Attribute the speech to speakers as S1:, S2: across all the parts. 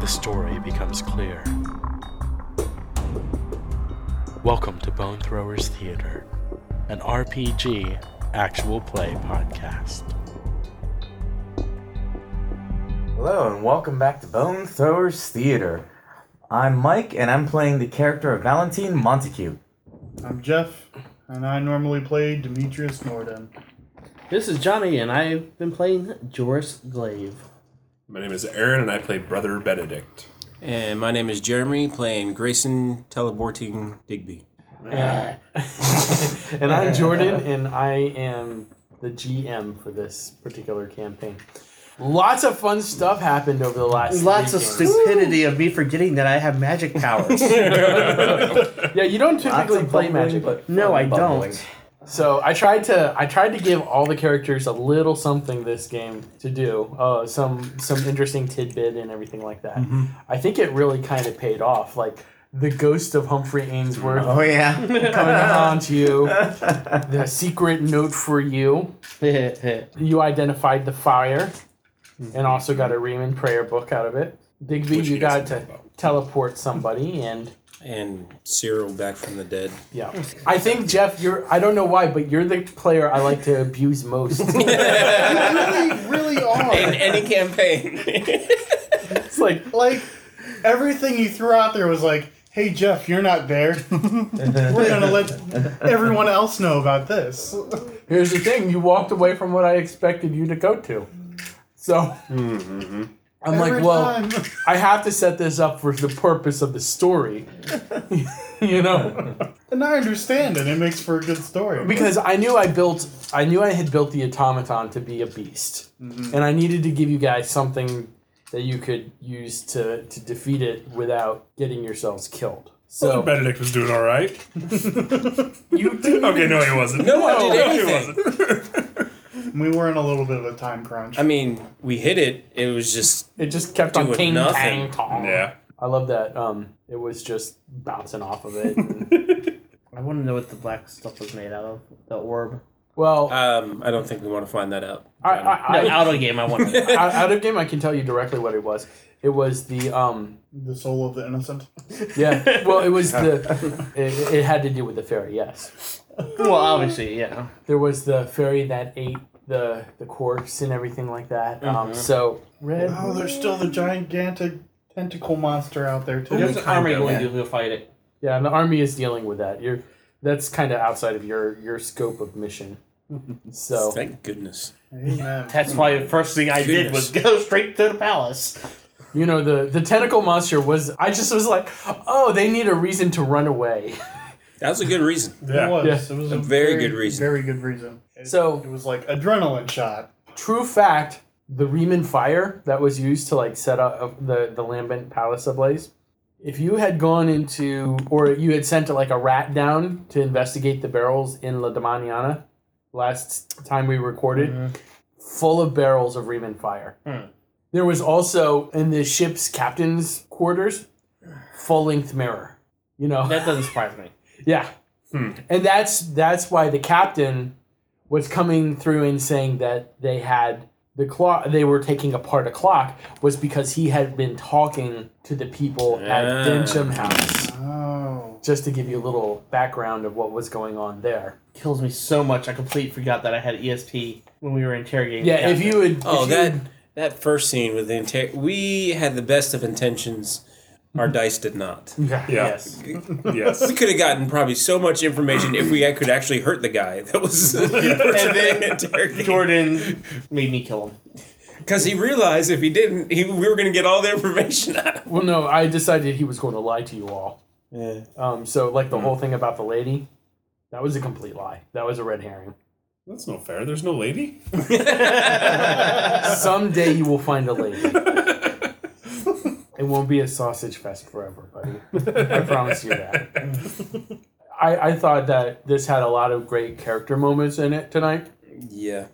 S1: The story becomes clear. Welcome to Bone Throwers Theater, an RPG actual play podcast.
S2: Hello and welcome back to Bone Throwers Theater. I'm Mike and I'm playing the character of Valentine Montague.
S3: I'm Jeff, and I normally play Demetrius Norden.
S4: This is Johnny, and I've been playing Joris Glaive.
S5: My name is Aaron, and I play Brother Benedict.
S6: And my name is Jeremy, playing Grayson teleporting Digby.
S4: And I'm Jordan, and I am the GM for this particular campaign. Lots of fun stuff happened over the last.
S7: Lots of
S4: weekend.
S7: stupidity of me forgetting that I have magic powers.
S4: Yeah, you don't typically
S2: of
S4: play
S2: bubbling,
S4: magic,
S2: but
S7: no, I
S2: bubbling.
S7: don't.
S4: so I tried to I tried to give all the characters a little something this game to do, uh, some some interesting tidbit and everything like that.
S5: Mm-hmm.
S4: I think it really kind of paid off, like. The ghost of Humphrey Ainsworth
S7: Oh yeah.
S4: coming to haunt you. The secret note for you. You identified the fire and also got a Riemann prayer book out of it. Digby,
S5: Which
S4: you
S5: he
S4: got
S5: doesn't
S4: to
S5: know about.
S4: teleport somebody and
S6: And Cyril back from the dead.
S4: yeah. I think Jeff, you're I don't know why, but you're the player I like to abuse most.
S3: really, really
S6: Oh.
S3: are.
S6: any campaign.
S4: it's like
S3: Like, everything you threw out there was like, hey, Jeff, you're not there. We're going to let everyone else know about this.
S4: here's the thing, you walked away from what I expected you to go to. So I'm
S3: Every
S4: like, well,
S3: time.
S4: I have to set this up for the purpose of the story. you know?
S3: And I understand it. It makes for a good story.
S4: because I knew I built, I knew I had built the automaton to be a beast, and I needed to give you guys something that you could use to to defeat it without getting yourselves killed. So
S5: Benedict was doing all right.
S4: you do.
S5: Okay, no, he wasn't.
S6: No one did
S5: no, he
S6: anything.
S5: wasn't.
S3: we were in a little bit of a time crunch.
S6: I mean, we hit it. It was just
S4: It just kept on
S6: Doing
S4: ting tang
S6: nothing.
S4: tong.
S5: yeah.
S4: I love that. Um, it was just bouncing off of it.
S7: I want to know what the black stuff was made out of. The orb.
S4: well,
S6: um, I don't think we want to find that out.
S4: I, I,
S7: No,
S4: I,
S7: out of game. I want to. Know.
S4: out, out of game, I can tell you directly what it was. It was the um,
S3: the soul of the innocent.
S4: yeah. Well, it was the. It, it had to do with the fairy. Yes.
S7: well, obviously, yeah.
S4: there was the fairy that ate the the corpse and everything like that.
S6: Mm-hmm.
S4: Um, so red.
S3: Oh, there's still the gigantic tentacle monster out there, too.
S7: There's an army going to go fight it.
S4: Yeah, and the army is dealing with that. You're that's kind of outside of your your scope of mission. So
S6: Thank goodness.
S3: Amen.
S7: That's why the first thing I did was go straight to the palace.
S4: you know the the tentacle monster was. I just was like, oh, they need a reason to run away.
S6: That was a good reason.
S3: It was.
S4: Yeah.
S3: It was
S6: A very good reason.
S3: Very good reason. It-
S4: So-
S3: it was like adrenaline shot.
S4: True fact: the Riemann fire that was used to like set up of the the lambent palace ablaze. If you had gone into, or you had sent like a rat down to investigate the barrels in La Domaniana, last time we recorded, full of barrels of Riemann fire. There was also in the ship's captain's quarters, full length mirror. You know,
S7: That doesn't surprise me.
S4: yeah.
S6: Hmm.
S4: And that's that's why the captain was coming through and saying that they had the clock they were taking apart a clock was because he had been talking to the people at
S6: Ah.
S4: Densham House.
S3: Oh.
S4: Just to give you a little background of what was going on there.
S7: Kills me so much. I completely forgot that I had ESP when we were interrogating.
S4: Yeah, if you would
S6: Oh,
S4: if you
S6: that
S4: would-
S6: that first scene with the inter- we had the best of intentions. Our dice did not.
S4: yeah.
S5: Yeah.
S7: Yes.
S5: Yes.
S6: We could have gotten probably so much information if we could actually hurt the guy that was interrogating.
S7: Jordan made me kill him.
S6: Because he realized if he didn't, he, we were going to get all the information out of him.
S4: Well no, I decided he was going to lie to you all. Um so like
S6: Hmm.
S4: the whole thing about the lady, that was a complete lie. That was a red herring.
S5: That's no fair. There's no lady.
S4: Someday you will find a lady. It It won't be a sausage fest forever, buddy. I promise you that. I, I thought that this had a lot of great character moments in it tonight.
S6: Yeah.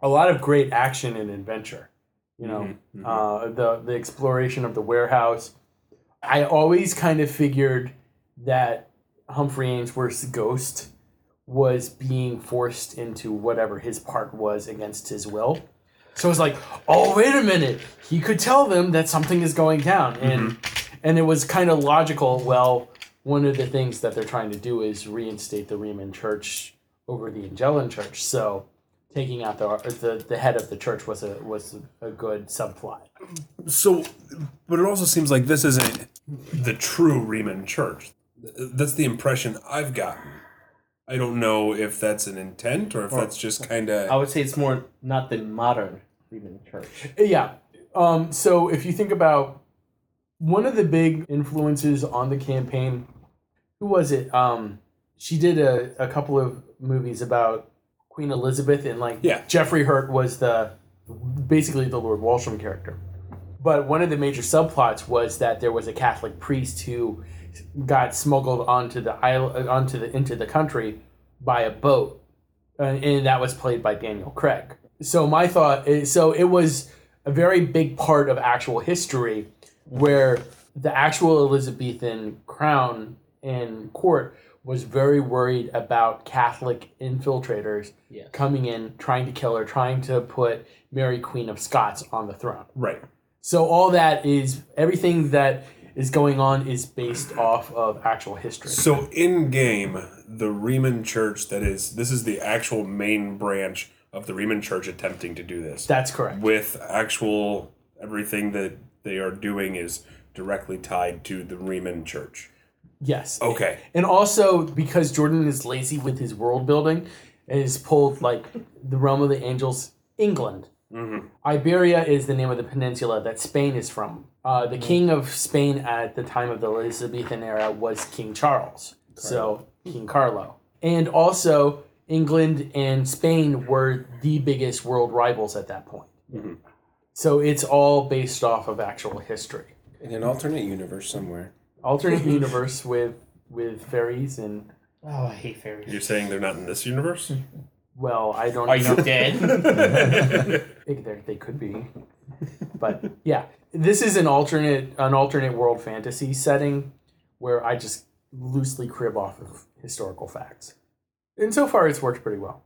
S4: A lot of great action and adventure. You know, uh, the the exploration of the warehouse. I always kind of figured that Humphrey Ainsworth's ghost was being forced into whatever his part was against his will. So it's like, oh wait a minute, he could tell them that something is going down, and and it was kind of logical. Well, one of the things that they're trying to do is reinstate the Riemann Church over the Angelan Church. So taking out the the, the head of the church was a was a good subplot.
S5: So, but it also seems like this isn't the true Riemann Church. That's the impression I've gotten. I don't know if that's an intent or Oh. if that's just kind
S7: I
S5: of.
S7: would say it's more not the modern Freeman Church.
S4: Yeah. Um, so if you think about one of the big influences on the campaign, who was it? Um, she did a, a couple of movies about Queen Elizabeth, and like
S5: Yeah.
S4: Jeffrey Hurt was the basically the Lord Walsham character. But one of the major subplots was that there was a Catholic priest who got smuggled onto the island, onto the into the country by a boat, and, Uh, and that was played by Daniel Craig. So my thought, is, so it was a very big part of actual history, where the actual Elizabethan crown and court was very worried about Catholic infiltrators
S7: Yeah.
S4: coming in, trying to kill her, trying to put Mary Queen of Scots on the throne.
S5: Right.
S4: So all that is everything that is going on is based off of actual history.
S5: So, in game, the Riemann Church that is, this is the actual main branch of the Riemann Church attempting to do this.
S4: That's correct.
S5: with actual everything that they are doing is directly tied to the Riemann Church.
S4: Yes.
S5: Okay.
S4: And also because Jordan is lazy with his world building, and has pulled like the realm of the angels, England. Iberia is the name of the peninsula that Spain is from. Uh, the king of Spain at the time of the Elizabethan era was King Charles, so King Carlo. And also, England and Spain were the biggest world rivals at that point. So it's all based off of actual history.
S6: In an alternate universe somewhere.
S4: Alternate universe with with fairies and
S7: Oh, I hate fairies.
S5: You're saying they're not in this universe?
S4: well, I don't
S7: Are
S4: know.
S7: you dead?
S4: It- there- they could be but yeah this is an alternate an alternate world fantasy setting where i just loosely crib off of historical facts and so far it's worked pretty well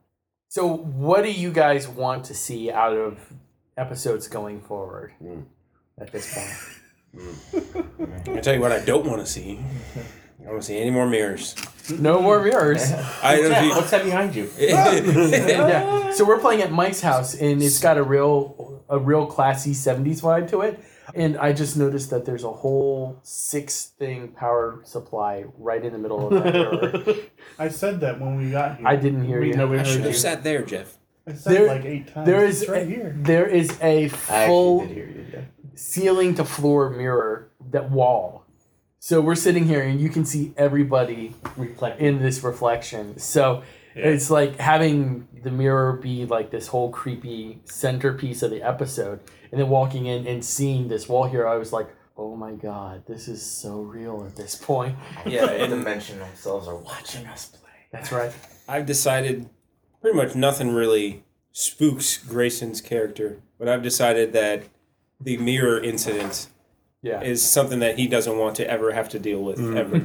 S4: so what do you guys want to see out of episodes going forward at this point
S6: I tell you what, I don't want to see. I don't want to see any more mirrors.
S4: no more mirrors
S6: I
S7: yeah,
S6: don't
S7: what's that behind you?
S6: see.
S4: yeah. So we're playing at Mike's house, and it's got a real, a real classy '70s vibe to it. And I just noticed that there's a whole six-thing power supply right in the middle of that mirror.
S3: I said that when we got here.
S4: I didn't hear
S3: We, no,
S4: you.
S3: we
S6: I
S3: heard
S6: should
S3: you.
S6: have sat there, Jeff.
S3: I said
S4: There-
S3: like eight times.
S4: There is
S3: it's right
S4: a,
S3: here.
S4: there is a
S7: I
S4: full
S7: actually did hear you. Yeah.
S4: ceiling to floor mirror that wall. So we're sitting here, and you can see everybody
S7: Reflect.
S4: in this reflection. So it's like having the mirror be like this whole creepy centerpiece of the episode, and then walking in and seeing this wall here, I was like, oh my god, this is so real at this point.
S2: Yeah, the dimension themselves are watching us play.
S4: That's right.
S6: I've decided pretty much nothing really spooks Grayson's character, but I've decided that the mirror incident
S4: Yeah.
S6: is something that he doesn't want to ever have to deal with ever.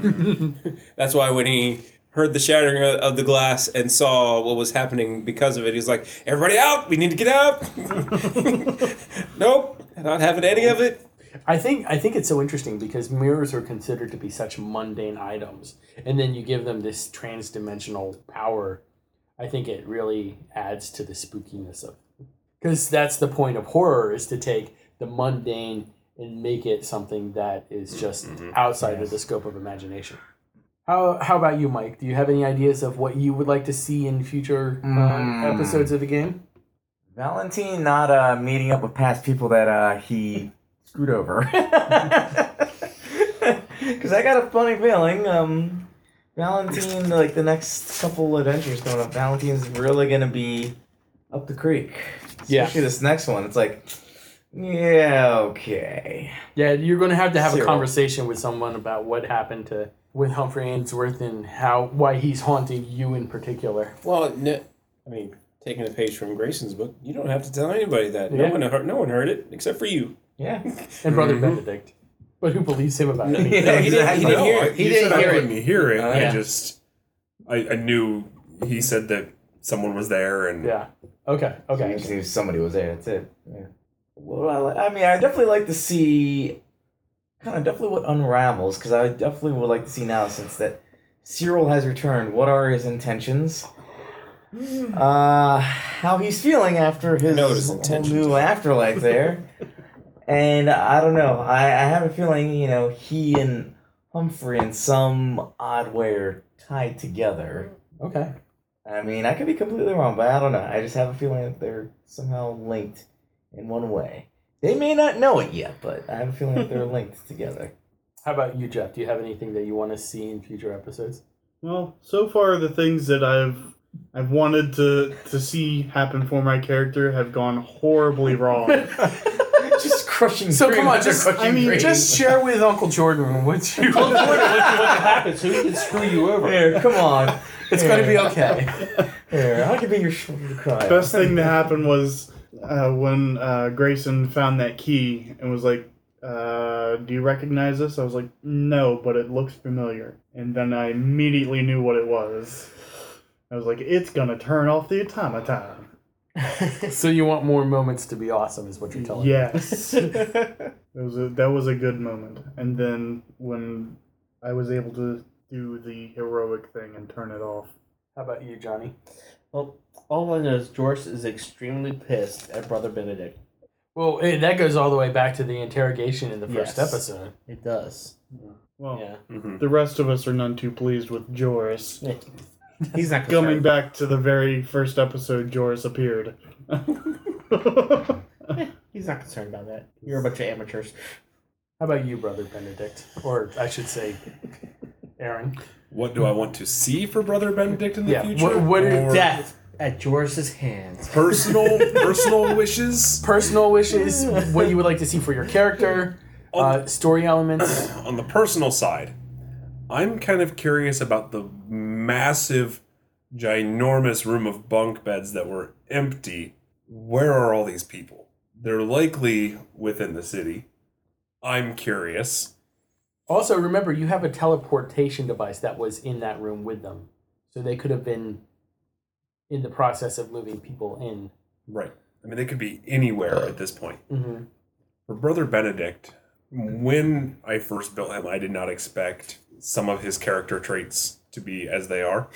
S6: That's why when he heard the shattering of- of the glass and saw what was happening because of it, he's like, "Everybody out! We need to get out!" nope, not having any of it.
S4: I think I think it's so interesting because mirrors are considered to be such mundane items, and then you give them this trans-dimensional power. I think it really adds to the spookiness of, because that's the point of horror is to take the mundane and make it something that is just outside of the scope of imagination. How how about you, Mike? Do you have any ideas of what you would like to see in future um,
S2: Mm.
S4: episodes of the game?
S2: Valentine not uh, meeting up with past people that uh, he screwed over. Because I got a funny feeling, um, Valentine, like the next couple adventures coming up, Valentine's really gonna be up the creek.
S4: Yeah.
S2: Especially this next one. It's like, Yeah, okay.
S4: Yeah, you're going to have to have
S2: Zero.
S4: a conversation with someone about what happened to with Humphrey Ainsworth and how why he's haunting you in particular.
S6: Well, no, I mean, taking a page from Grayson's book, you don't have to tell anybody that. No
S4: Yeah.
S6: one heard. No one heard it except for you.
S2: Yeah.
S4: And Brother Benedict. But who believes him about it?
S6: No, he didn't, he
S2: exactly.
S6: didn't hear
S5: I,
S6: it.
S5: he
S7: didn't
S5: said
S7: hear
S5: I
S7: it. Oh,
S5: couldn't hear it. I
S7: yeah.
S5: just, I, I knew he said that someone was there, and
S4: Yeah. Okay.
S2: Okay.
S4: Okay.
S2: See if somebody was there. That's it. Yeah. What do I like? I mean, I definitely like to see, kind of definitely what unravels because I definitely would like to see now since that Cyril has returned. What are his intentions? Uh, how he's feeling after his
S6: know what his
S2: whole
S6: intentions
S2: new afterlife there, and I don't know. I, I have a feeling you know he and Humphrey in some odd way are tied together.
S4: Okay.
S2: I mean, I could be completely wrong, but I don't know. I just have a feeling that they're somehow linked in one way. They may not know it yet, but I have a feeling that they're linked together.
S4: How about you, Jeff? Do you have anything that you want to see in future episodes?
S3: Well, so far the things that I've I've wanted to to see happen for my character have gone horribly wrong.
S2: just crushing.
S4: So come on,
S2: dreams.
S4: just I
S3: mean,
S4: mean,
S3: dreams.
S4: just share with Uncle Jordan what you.
S7: what happens? So he can screw you over.
S2: Here, come on.
S4: it's going to be okay.
S2: Here, I could be your shoulder cry.
S3: Best thing to happen was uh, when uh, Grayson found that key and was like, uh, "Do you recognize this?" I was like, "No, but it looks familiar." And then I immediately knew what it was. I was like, "It's gonna turn off the automaton."
S4: So you want more moments to be awesome, is what you're telling me.
S3: Yes, that was a, that was a good moment. And then when I was able to do the heroic thing and turn it off,
S4: How about you, Johnny?
S7: Well, all I know is Joris is extremely pissed at Brother Benedict.
S4: Well, eh, that goes all the way back to the interrogation in the first
S7: Yes.
S4: episode.
S7: It does.
S3: well,
S7: Yeah.
S6: Mm-hmm.
S3: the rest of us are none too pleased with Joris.
S7: He's not
S3: Coming back to the very first episode, Joris appeared.
S7: He's not concerned about that. You're a bunch of amateurs.
S4: How about you, Brother Benedict? Or I should say, Aaron.
S5: what do I want to see for Brother Benedict in the
S4: Yeah,
S5: future?
S4: what- what are-
S5: Or
S7: Death at Joris's hands.
S5: personal personal wishes
S4: Personal wishes, what you would like to see for your character, uh, story elements.
S5: on the personal side. I'm kind of curious about the massive, ginormous room of bunk beds that were empty. Where are all these people? They're likely within the city. I'm curious.
S4: Also, remember, you have a teleportation device that was in that room with them. So they could have been in the process of moving people in.
S5: Right. I mean, they could be anywhere at this point.
S4: Mm-hmm.
S5: For Brother Benedict, when I first built him, I did not expect some of his character traits to be as they are.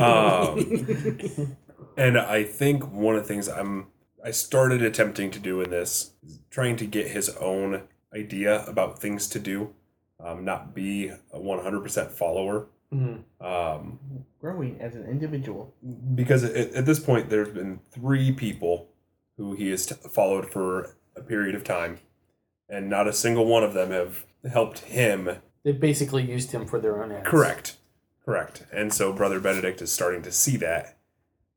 S5: um, and I think one of the things I'm I started attempting to do in this is trying to get his own idea about things to do, um, not be a 100% follower.
S4: Mm-hmm.
S5: Um,
S7: Growing as an individual.
S5: because at, at this point there's been three people who he has t- followed for a period of time and not a single one of them have helped him
S4: They basically used him for their own ends.
S5: correct correct and so brother benedict is starting to see that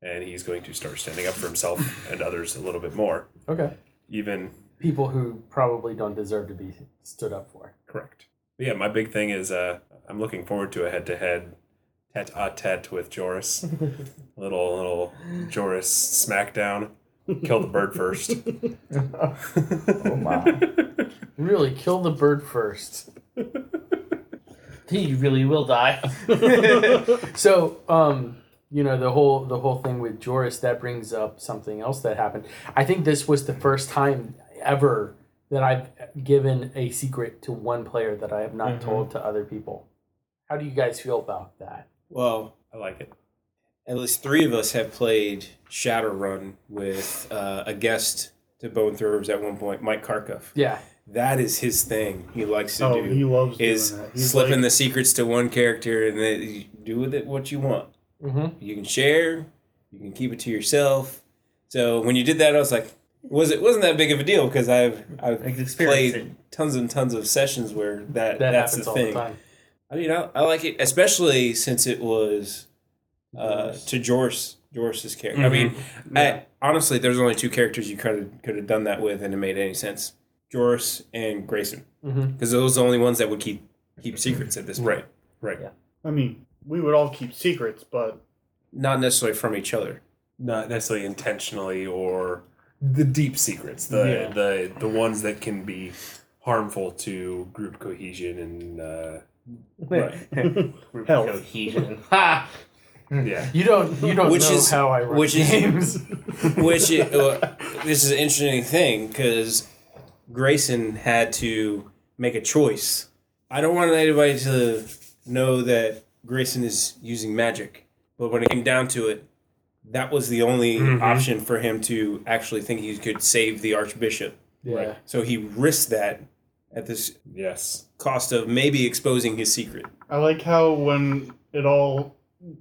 S5: and he's going to start standing up for himself and others a little bit more
S4: Okay.
S5: even
S4: People who probably don't deserve to be stood up for.
S5: correct but yeah my big thing is uh, i'm looking forward to a head-to-head tete-a-tete with joris little little joris smackdown kill the bird first
S2: Oh my.
S4: Really, kill the bird first.
S7: He really will die.
S4: So, um, you know, the whole the whole thing with Joris that brings up something else that happened. I think this was the first time ever that I've given a secret to one player that I have not
S6: Mm-hmm.
S4: told to other people. How do you guys feel about that?
S6: Well,
S5: i like it
S6: at least three of us have played Shadowrun with uh, a guest to Bone Throwers at one point, Mike Karkoff.
S4: Yeah.
S6: That is his thing. He likes to
S3: oh,
S6: do
S3: he loves doing
S6: is
S3: that. He's
S6: slipping
S3: like,
S6: the secrets to one character and then you do with it what you want.
S4: Mm-hmm.
S6: You can share, you can keep it to yourself. So when you did that, I was like, was it wasn't that big of a deal because I've I've
S7: I've experienced
S6: played tons and tons of sessions where
S4: That
S6: that, that's
S4: happens
S6: the
S4: all
S6: thing.
S4: the time.
S6: I mean, I, I like it, especially since it was uh, to Joris. Joris's character. I mean, I, honestly, there's only two characters you could have, could have done that with, and it made any sense: Joris and Grayson, because
S4: Mm-hmm.
S6: those are the only ones that would keep keep secrets at this point.
S5: Right. Right.
S7: Yeah.
S3: I mean, we would all keep secrets, but
S6: Not necessarily from each other.
S5: Not necessarily intentionally or the deep secrets, the
S3: Yeah.
S5: the the ones that can be harmful to group cohesion and uh, right. Group
S3: Health.
S5: cohesion.
S7: Cohesion. ha!
S5: Yeah.
S4: You don't. You don't
S6: Which
S4: know
S6: is-
S4: how I run
S6: which is-
S4: games.
S6: Which it, uh, this is an interesting thing because Grayson had to make a choice. I don't want anybody to know that Grayson is using magic, but when it came down to it, that was the only option for him to actually think he could save the Archbishop.
S4: yeah.
S6: So he risked that at this
S5: Yes.
S6: cost of maybe exposing his secret.
S3: I like how when it all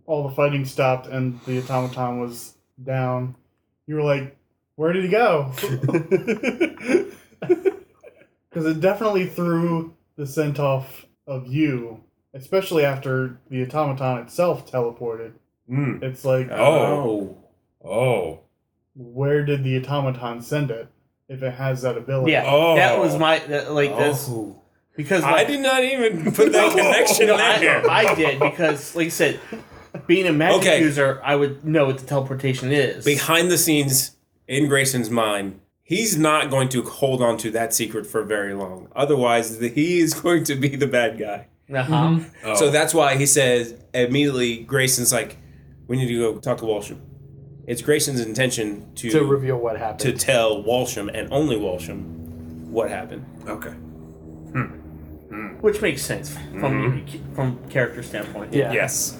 S3: all the fighting stopped and the automaton was down, you were like, "Where did he go?" Because it definitely threw the scent off of you, especially after the automaton itself teleported.
S5: Mm.
S3: It's like,
S5: Oh. Oh.
S3: where did the automaton send it if it has that ability?
S7: Yeah,
S5: Oh.
S7: that was my that, like this because
S6: I
S7: like,
S6: did not even put that connection
S7: no, I,
S6: there.
S7: I did because like I said, being a magic
S6: Okay.
S7: user, I would know what the teleportation is.
S6: behind the scenes in Grayson's mind, he's not going to hold on to that secret for very long. Otherwise, the, he is going to be the bad guy.
S7: uh-huh.
S5: Oh.
S6: So that's why he says immediately Grayson's like, we need to go talk to Walsham. It's Grayson's intention to
S4: To reveal what
S6: to
S4: happened.
S6: tell Walsham and only Walsham what happened.
S5: Okay.
S7: which makes sense from from character standpoint.
S4: yeah.
S5: Yes.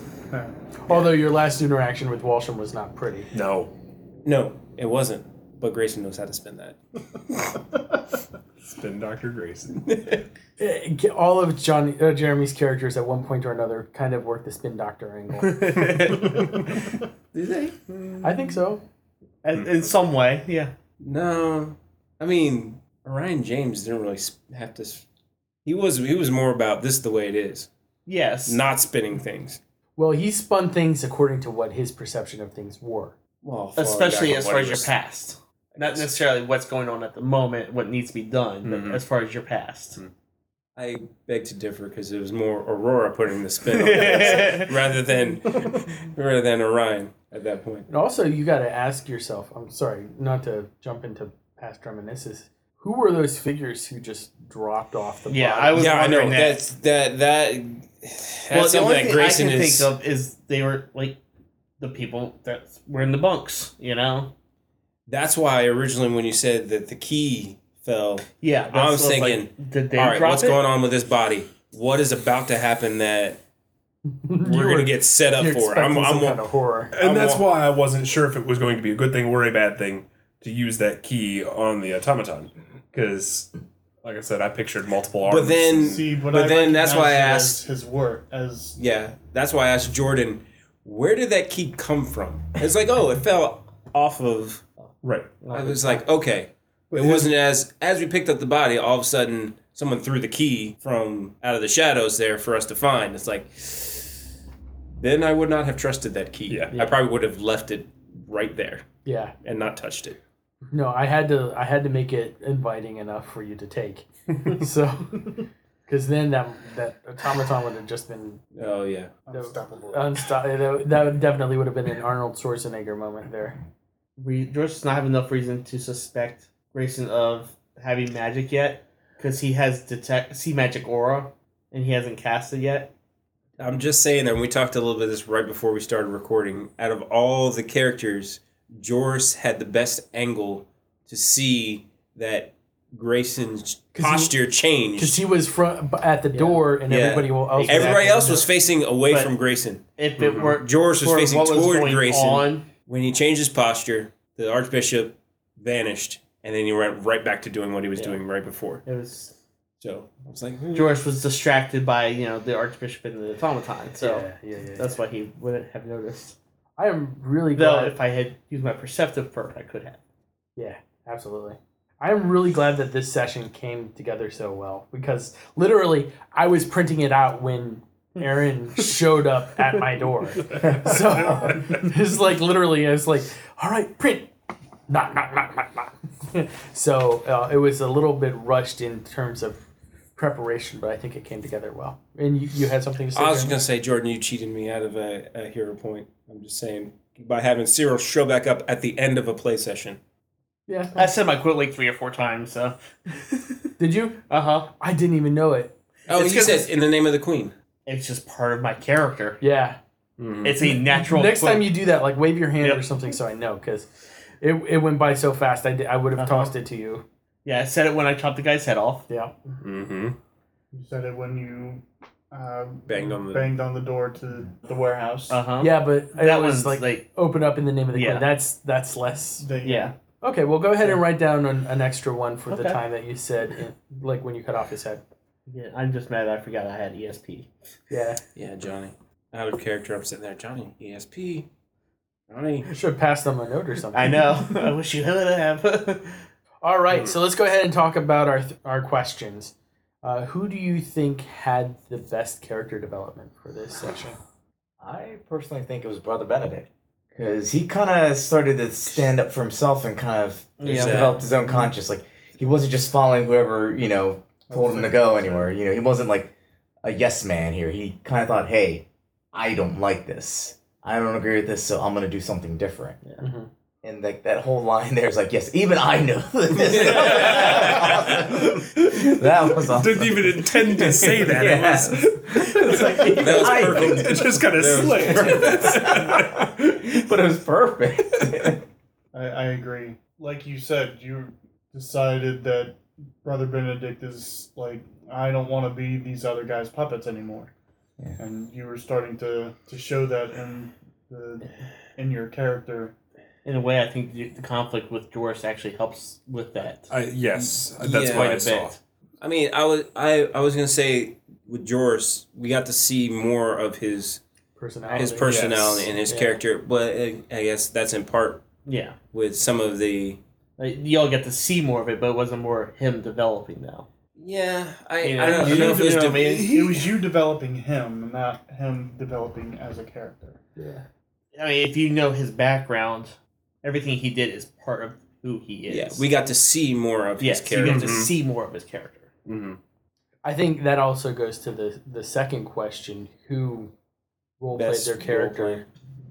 S4: Although your last interaction with Walsham was not pretty.
S5: No.
S6: No, it wasn't. But Grayson knows how to spin that.
S5: It's been Dr. Grayson.
S4: Uh, All of John uh, Jeremy's characters at one point or another kind of work the spin doctor angle.
S7: Did they?
S4: I think so.
S7: In, in some way, yeah.
S6: No, I mean Orion James didn't really s- have to. s- He was he was more about this is the way it is,
S7: Yes.
S6: not spinning things.
S4: Well, he spun things according to what his perception of things were.
S6: Well, far
S7: especially
S6: back
S7: as
S6: on
S7: far
S6: what
S7: as
S6: he
S7: your
S6: was-
S7: past. Not necessarily what's going on at the moment, what needs to be done, but as far as your past.
S6: I beg to differ because it was more Aurora putting the spin on things rather than rather than Orion at that point.
S4: And also, you got to ask yourself. I'm sorry, not to jump into past reminiscences. Who were those figures who just dropped off the?
S7: Yeah,
S4: bottom?
S7: I was
S6: yeah, I know
S7: wondering that.
S6: that's that that that's something that Grayson
S7: I can
S6: is.
S7: think of is they were like the people that were in the bunks, you know?
S6: That's why originally when you said that the key fell
S7: Yeah.
S6: was
S7: that's what like,
S6: thinking,
S7: did they
S6: All right,
S7: drop
S6: what's
S7: it?
S6: going on with this body? What is about to happen that we're
S4: You
S6: going
S4: were-
S6: to get set up
S4: You're
S6: for?
S4: expecting
S6: I'm,
S4: some
S6: I'm,
S4: kind of horror.
S5: And
S6: I
S5: that's
S6: wa-
S5: why I wasn't sure if it was going to be a good thing or a bad thing to use that key on the automaton. Because, like I said, I pictured multiple arms.
S6: but then,
S3: See, but,
S6: but
S3: I
S6: then that's why I
S3: recognize it
S6: asked.
S3: as his work as
S6: Yeah, that's why I asked Jordan, where did that key come from? It's like, oh, it fell off of.
S5: Right.
S6: I was like, okay, it wasn't as as we picked up the body. All of a sudden, someone threw the key from out of the shadows there for us to find. It's like, then I would not have trusted that key.
S5: Yeah.
S6: I probably would have left it right there
S4: Yeah,
S6: and not touched it.
S4: no, I had to. I had to make it inviting enough for you to take. so, because then that that automaton would have just been
S6: Oh yeah.
S3: unstoppable.
S2: Uh,
S4: unstoppable. That definitely would have been an Arnold Schwarzenegger moment there.
S7: Re- George does not have enough reason to suspect Grayson of having magic yet, because he has detect see magic aura, and he hasn't cast it yet.
S6: I'm just saying that when we talked a little bit of this right before we started recording. Out of all the characters, Joris had the best angle to see that Grayson's
S4: 'Cause he-
S6: posture
S4: Because
S6: changed.
S4: he was front at the door, and
S6: Yeah.
S4: everybody oh, will else. was
S6: Everybody
S4: acting
S6: else was
S4: as
S6: facing away
S7: But-
S6: from Grayson.
S7: If it were
S6: Joris was
S7: for
S6: facing
S7: what
S6: toward
S7: going
S6: Grayson.
S7: on,
S6: When he changed his posture, the Archbishop vanished, and then he went right back to doing what he was doing right before.
S7: it was
S6: So I was like, hmm.
S7: Joris was distracted by you know the Archbishop and the automaton,
S4: a-
S7: so
S4: Yeah, yeah, yeah, yeah.
S7: that's why he wouldn't have noticed.
S4: I am really
S7: Though
S4: glad.
S7: if I had used my perceptive perk, I could have.
S4: Yeah, absolutely. I'm really glad that this session came together so well because literally I was printing it out when
S6: Hmm.
S4: Aaron showed up at my door. So it's like literally, I was like, all right, print. Knock, knock, knock, knock, knock. so uh, it was a little bit rushed in terms of preparation, but I think it came together well. And you, you had something to say?
S6: I was
S4: Jeremy?
S6: gonna say, Jordan, you cheated me out of a, a hero point. I'm just saying by having Cyril show back up at the end of a play session.
S4: yeah.
S7: I said my quit like three or four times, so.
S4: Did you?
S7: Uh huh.
S4: I didn't even know it.
S6: Oh,
S7: It's
S6: he
S7: 'cause
S6: says in the name of the queen.
S7: It's just part of my character.
S4: Yeah.
S7: It's a natural.
S4: Next
S7: quip.
S4: time you do that, like wave your hand
S7: Yep.
S4: or something so I know because it, it went by so fast. I, did, I would have
S7: Uh-huh.
S4: tossed it to you.
S7: Yeah, I said it when I chopped the guy's head off.
S4: Yeah.
S5: Mm-hmm.
S3: You said it when you uh,
S5: Banged on the-
S3: banged on the door to the warehouse.
S7: Uh huh.
S4: Yeah, but
S7: That
S4: it was
S7: one's like,
S4: like, open up in the name of the
S7: Yeah.
S4: queen. That's that's less.
S3: That you-
S7: yeah.
S4: Okay, well, go ahead and write down an, an extra one for the
S7: Okay.
S4: time that you said, in, like when you cut off his head.
S7: Yeah, I'm just mad I forgot I had E ESP.
S4: Yeah,
S6: Yeah, Johnny. Out of character, I'm sitting there, Johnny, ESP. Johnny.
S4: I should have passed them a note or something.
S7: I know. I wish you would have.
S4: All right, so let's go ahead and talk about our th- our questions. Uh, who do you think had the best character development for this section?
S2: I personally think it was Brother Benedict because he kind of started to stand up for himself and kind of
S7: Yeah.
S2: developed his own conscience. Like he wasn't just following whoever you know told him to go anywhere. You know, he wasn't like a yes man here. He kind of thought, "Hey, I don't like this. I don't agree with this, so I'm gonna do something different."
S4: Mhm.
S2: And like that whole line there is like, "Yes, even I know this." that was awesome.
S5: Didn't even intend to say that. It
S2: Yeah.
S5: was-
S2: It's like, even
S6: That was
S2: I know
S6: perfect.
S5: It just kind of slipped.
S2: but it was perfect.
S3: I, I agree. Like you said, you decided that Brother Benedict is like, I don't want to be these other guys' puppets anymore.
S2: Yeah.
S3: And you were starting to, to show that in the in your character.
S7: In a way, I think the the conflict with Doris actually helps with that.
S5: I, yes, that's
S6: Yeah.
S5: what
S7: Quite
S5: I
S7: a
S5: saw.
S7: bit.
S6: I mean, I was I, I was gonna say with Joris, we got to see more of his
S4: Personality.
S6: his personality and his
S4: Yeah.
S6: character, but I, I guess that's in part
S7: Yeah.
S6: with some of the
S7: Like, y'all get to see more of it, but it wasn't more him developing, though.
S6: yeah. I,
S7: Yeah.
S6: I don't know if it was
S7: You know what I
S6: de-
S7: mean?
S3: It was you developing him, not him developing as a character.
S7: I mean, if you know his background, everything he did is part of who he is.
S6: yeah. We got to see more of
S7: yes,
S6: his
S7: you get
S6: character.
S7: to
S5: Mhm.
S7: see more of his character.
S5: Mm-hmm.
S4: I think that also goes to the the second question: Who role played
S6: Best
S4: their
S6: role
S4: character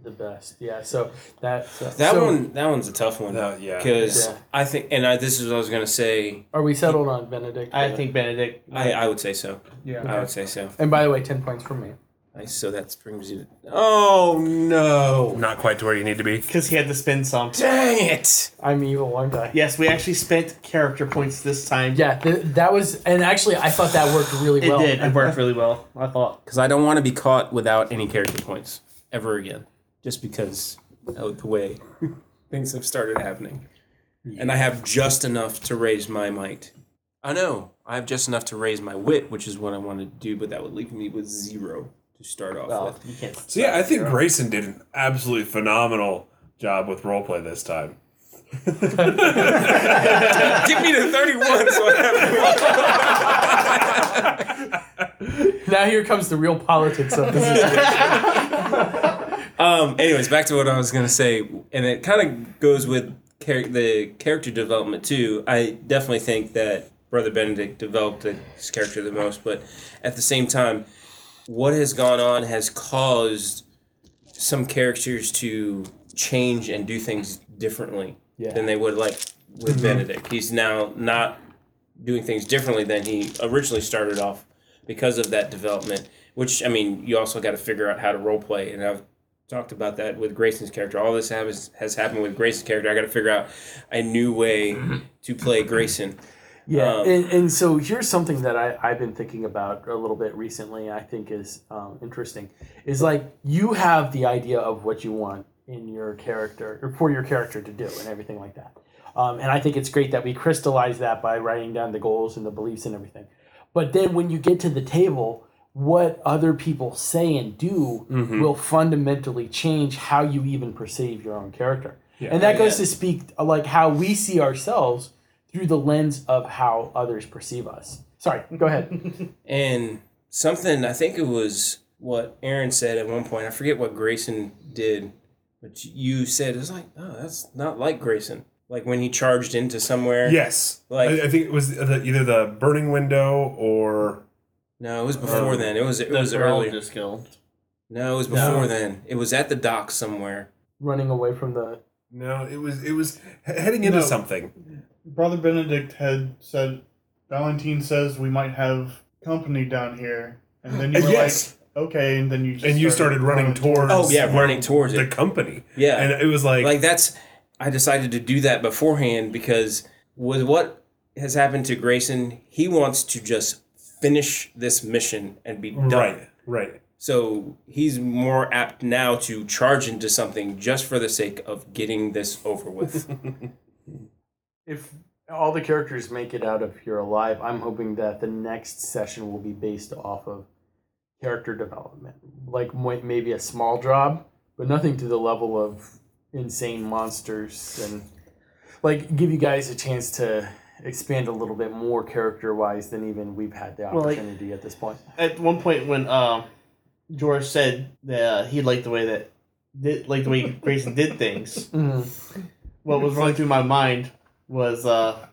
S4: the best? Yeah, so that so,
S6: That
S4: so
S6: one that one's a tough one
S5: yeah.
S6: because
S4: Yeah.
S6: I think and I, this is what I was gonna say.
S4: Are we settled on Benedict?
S7: I think Benedict.
S6: I, I would say so.
S3: Yeah.
S6: I would say so.
S4: And by the way, ten points for me.
S6: I, so that brings you. Oh no!
S5: Not quite to where you need to be.
S7: Because he had to spend some.
S6: Dang it!
S4: I'm evil, aren't I?
S7: Yes, we actually spent character points this time.
S4: Yeah, th- that was, and actually, I thought that worked really
S7: It
S4: well.
S7: did. It worked really well, I thought.
S6: Because I don't want to be caught without any character points ever again, just because of the way things have started happening. And I have just enough to raise my might. I know I have just enough to raise my wit, which is what I want to do, but that would leave me with zero to start off
S7: Well,
S6: with.
S7: you can't.
S5: So yeah, I think Grayson did an absolutely phenomenal job with roleplay this time.
S6: Get me to thirty-one, so I have.
S4: Now here comes the real politics of this.
S6: Um. Anyways, back to what I was gonna say, and it kind of goes with char- the character development too. I definitely think that Brother Benedict developed the- his character the most, but at the same time, what has gone on has caused some characters to change and do things differently than they would like with Benedict. He's now not doing things differently than he originally started off because of that development. Which I mean, you also got to figure out how to role play, and I've talked about that with Grayson's character. All this has has happened with Grayson's character. I got to figure out a new way
S5: Mm-hmm.
S6: to play Grayson.
S4: yeah,
S6: Um,
S4: and, and so here's something that I, I've been thinking about a little bit recently. I think is um, interesting. Is like you have the idea of what you want in your character or for your character to do and everything like that. Um, and I think it's great that we crystallize that by writing down the goals and the beliefs and everything. But then when you get to the table, what other people say and do will fundamentally change how you even perceive your own character. and that goes to speak uh, like how we see ourselves through the lens of how others perceive us. Sorry, go ahead.
S6: And something I think it was what Aaron said at one point. I forget what Grayson did, but you said it's like, oh, that's not like Grayson. Like when he charged into somewhere.
S5: Yes,
S6: Like-
S5: I, I think it was the, either the burning window or
S6: No, it was before
S5: Oh.
S6: then. It was it
S7: The
S6: was
S7: girl
S6: earlier.
S7: just killed.
S6: No, it was
S5: No.
S6: before then. It was at the dock somewhere.
S4: running away from the.
S5: no, it was it was he- heading into
S3: No.
S5: something.
S3: Brother Benedict had said, Valentine says we might have company down here. And then you were
S5: yes,
S3: like, okay. And then you just
S5: and you started running towards
S6: Oh, yeah,
S5: where-
S6: running towards
S5: the
S6: it.
S5: company,
S6: Yeah.
S5: and it was like,
S6: like that's I decided to do that beforehand because with what has happened to Grayson, he wants to just finish this mission and be done.
S5: right, right,
S6: So he's more apt now to charge into something just for the sake of getting this over with.
S4: If all the characters make it out of here alive, I'm hoping that the next session will be based off of character development, like mo- maybe a small job, but nothing to the level of insane monsters and like give you guys a chance to expand a little bit more character wise than even we've had the
S7: Well, like-
S4: opportunity at this point.
S7: At one point, when um, George said that uh, he liked the way that did like the way Grayson did things, what was running through my mind was, uh,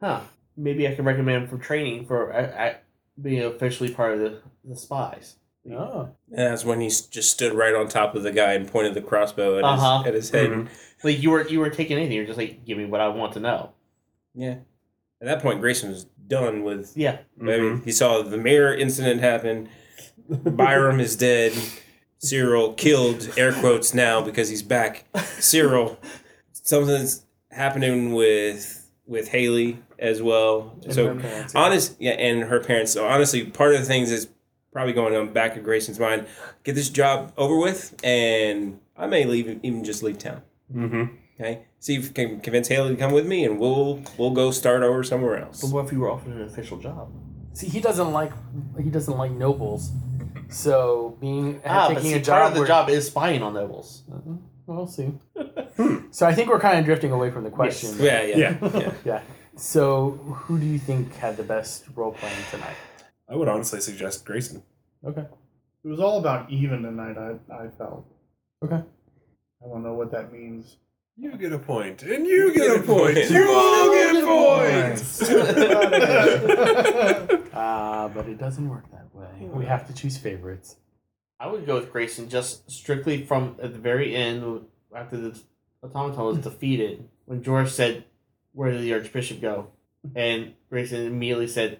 S7: huh, maybe I could recommend him for training for uh, uh, being officially part of the, the spies.
S4: Oh.
S6: and that's when he s- just stood right on top of the guy and pointed the crossbow at,
S7: Uh-huh.
S6: his, at his head.
S5: Mhm.
S7: Like you were you were taking anything, you're just like, give me what I want to know.
S6: Yeah. At that point, Grayson was done with.
S7: Yeah,
S6: I mean,
S7: Mm-hmm.
S6: he saw the mirror incident happen. Byram is dead. Cyril killed, air quotes now because he's back. Cyril, something's happening with with Haley as well. so
S7: uh,
S6: honest, yeah, and her parents. So honestly, part of the things that's probably going on back in Grayson's mind. Get this job over with, and I may leave, even just leave town.
S5: hmm
S6: Okay, see if you can convince Haley to come with me, and we'll we'll go start over somewhere
S7: but
S6: else.
S7: what if you were offered an official job?
S4: See, he doesn't like he doesn't like nobles, so being
S7: Ah, but
S4: taking
S7: see,
S4: a
S7: part
S4: job.
S7: of the
S4: where-
S7: job is spying on nobles.
S4: Uh-huh. We'll see. so I think we're kind of drifting away from the question.
S6: Yeah, yeah,
S5: Yeah.
S6: yeah.
S4: Yeah. So who do you think had the best role playing tonight?
S5: I would honestly suggest Grayson.
S4: Okay.
S3: It was all about even tonight, I, I felt.
S4: Okay.
S3: I don't know what that means.
S5: You get a point, and you, get, a point. You all get points.
S4: Uh, but it doesn't work that way. We have to choose favorites.
S7: I would go with Grayson just strictly from at the very end after the automaton was defeated when George said, "Where did the Archbishop go?" and Grayson immediately said,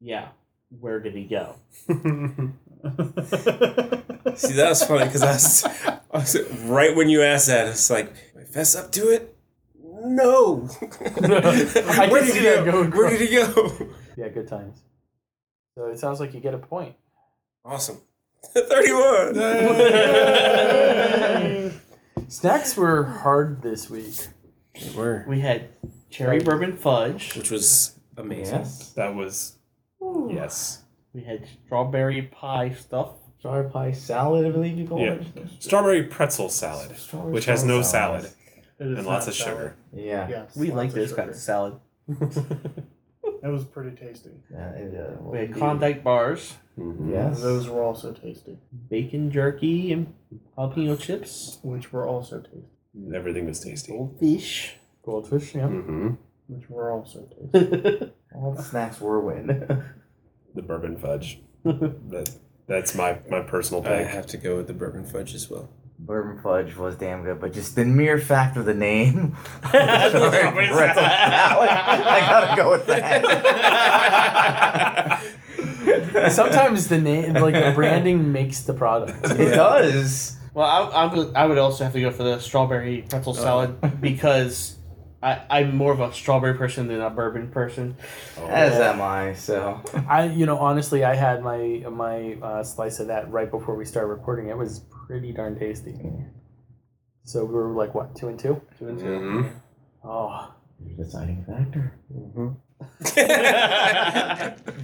S7: "Yeah, where did he go?"
S6: See, that was funny because I was, I was right when you asked that. It's like, "Do I fess up to it.
S4: I
S6: No. Where
S4: can
S6: did
S4: see
S6: he
S4: that
S6: go?
S4: going
S6: Where did he go?
S4: Yeah, good times. So it sounds like you get a point.
S6: Awesome. Thirty-one.
S4: Snacks were hard this week.
S6: Where?
S7: We had cherry bourbon fudge.
S6: Which was amazing.
S2: Yes.
S5: That was yes.
S7: We had strawberry pie stuff.
S2: Strawberry pie salad, I believe you call
S5: Yeah.
S2: it.
S5: Strawberry pretzel salad,
S2: Strawberry
S5: which has
S2: pretzel
S5: no
S2: salad.
S5: salad, and lots of sugar.
S2: Yeah.
S3: Yes,
S7: We
S3: lots
S7: like
S3: of
S7: those
S3: sugar.
S7: kinds of salad.
S3: That was pretty tasty.
S2: Yeah, it, uh,
S7: We had
S2: well,
S7: Klondike bars,
S6: Mm-hmm.
S2: Yes.
S3: Those were also tasty,
S7: bacon jerky, and jalapeno chips,
S3: which were also tasty,
S5: Everything was tasty.
S7: goldfish.
S4: Goldfish, yeah.
S5: Mm-hmm.
S3: which were also tasty.
S2: All the snacks were win.
S5: The bourbon fudge. that, that's my my personal
S6: I
S5: pick.
S6: have to go with the bourbon fudge as well.
S2: Bourbon fudge was damn good, but just the mere fact of the name. Strawberry pretzel salad. I gotta go with that.
S4: Sometimes the name, like the branding, makes the product.
S2: It does.
S7: Well, I, I, would, I would also have to go for the strawberry pretzel salad because I, I'm more of a strawberry person than a bourbon person.
S5: Oh,
S2: As am I, so.
S4: I, you know, honestly, I had my my uh, slice of that right before we started recording. It was pretty darn tasty. So we were like, what, two and two?
S5: hmm
S6: Mm-hmm.
S4: Oh,
S2: Deciding factor.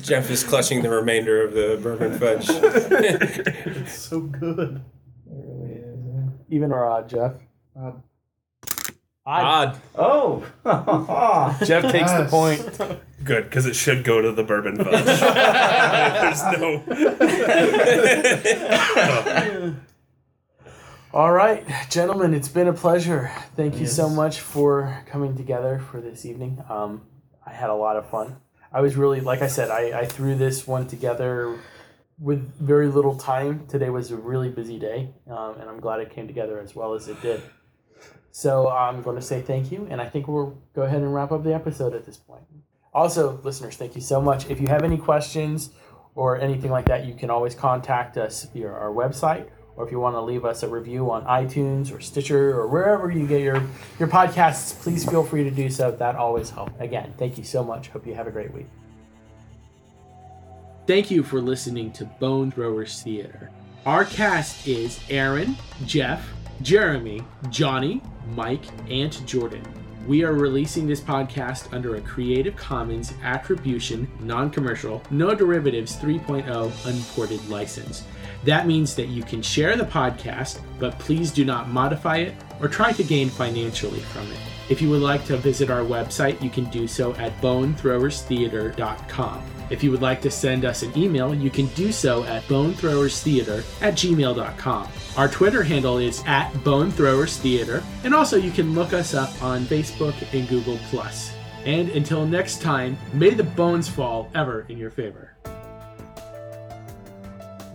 S6: Jeff is clutching the remainder of the bourbon fudge.
S3: It's so good.
S2: It really is.
S4: uh, even or odd, Jeff?
S3: Odd.
S4: I,
S6: Odd.
S2: Oh.
S4: Jeff takes the
S3: Yes.
S4: point.
S5: Good, because it should go to the bourbon fudge. There's no.
S4: All right, gentlemen, it's been a pleasure. Thank you so much for coming together for this evening. Um, I had a lot of fun. I was really, like I said, I, I threw this one together with very little time. Today was a really busy day, um, and I'm glad it came together as well as it did. So I'm going to say thank you, and I think we'll go ahead and wrap up the episode at this point. Also, listeners, thank you so much. If you have any questions or anything like that, you can always contact us via our website, or if you want to leave us a review on iTunes or Stitcher or wherever you get your, your podcasts, please feel free to do so. That always helps. Again, thank you so much. Hope you have a great week. Thank you for listening to Bone Throwers Theater. Our cast is Aaron, Jeff, Jeremy, Johnny, Mike, and Jordan. We are releasing this podcast under a Creative Commons Attribution, Non Commercial, No Derivatives 3.0 Unported license. That means that you can share the podcast, but please do not modify it or try to gain financially from it. If you would like to visit our website, you can do so at bonethrowerstheater.com. If you would like to send us an email, you can do so at bonethrowerstheater at gmail.com. Our Twitter handle is at bonethrowerstheater, and also you can look us up on Facebook and Google. And until next time, may the bones fall ever in your favor.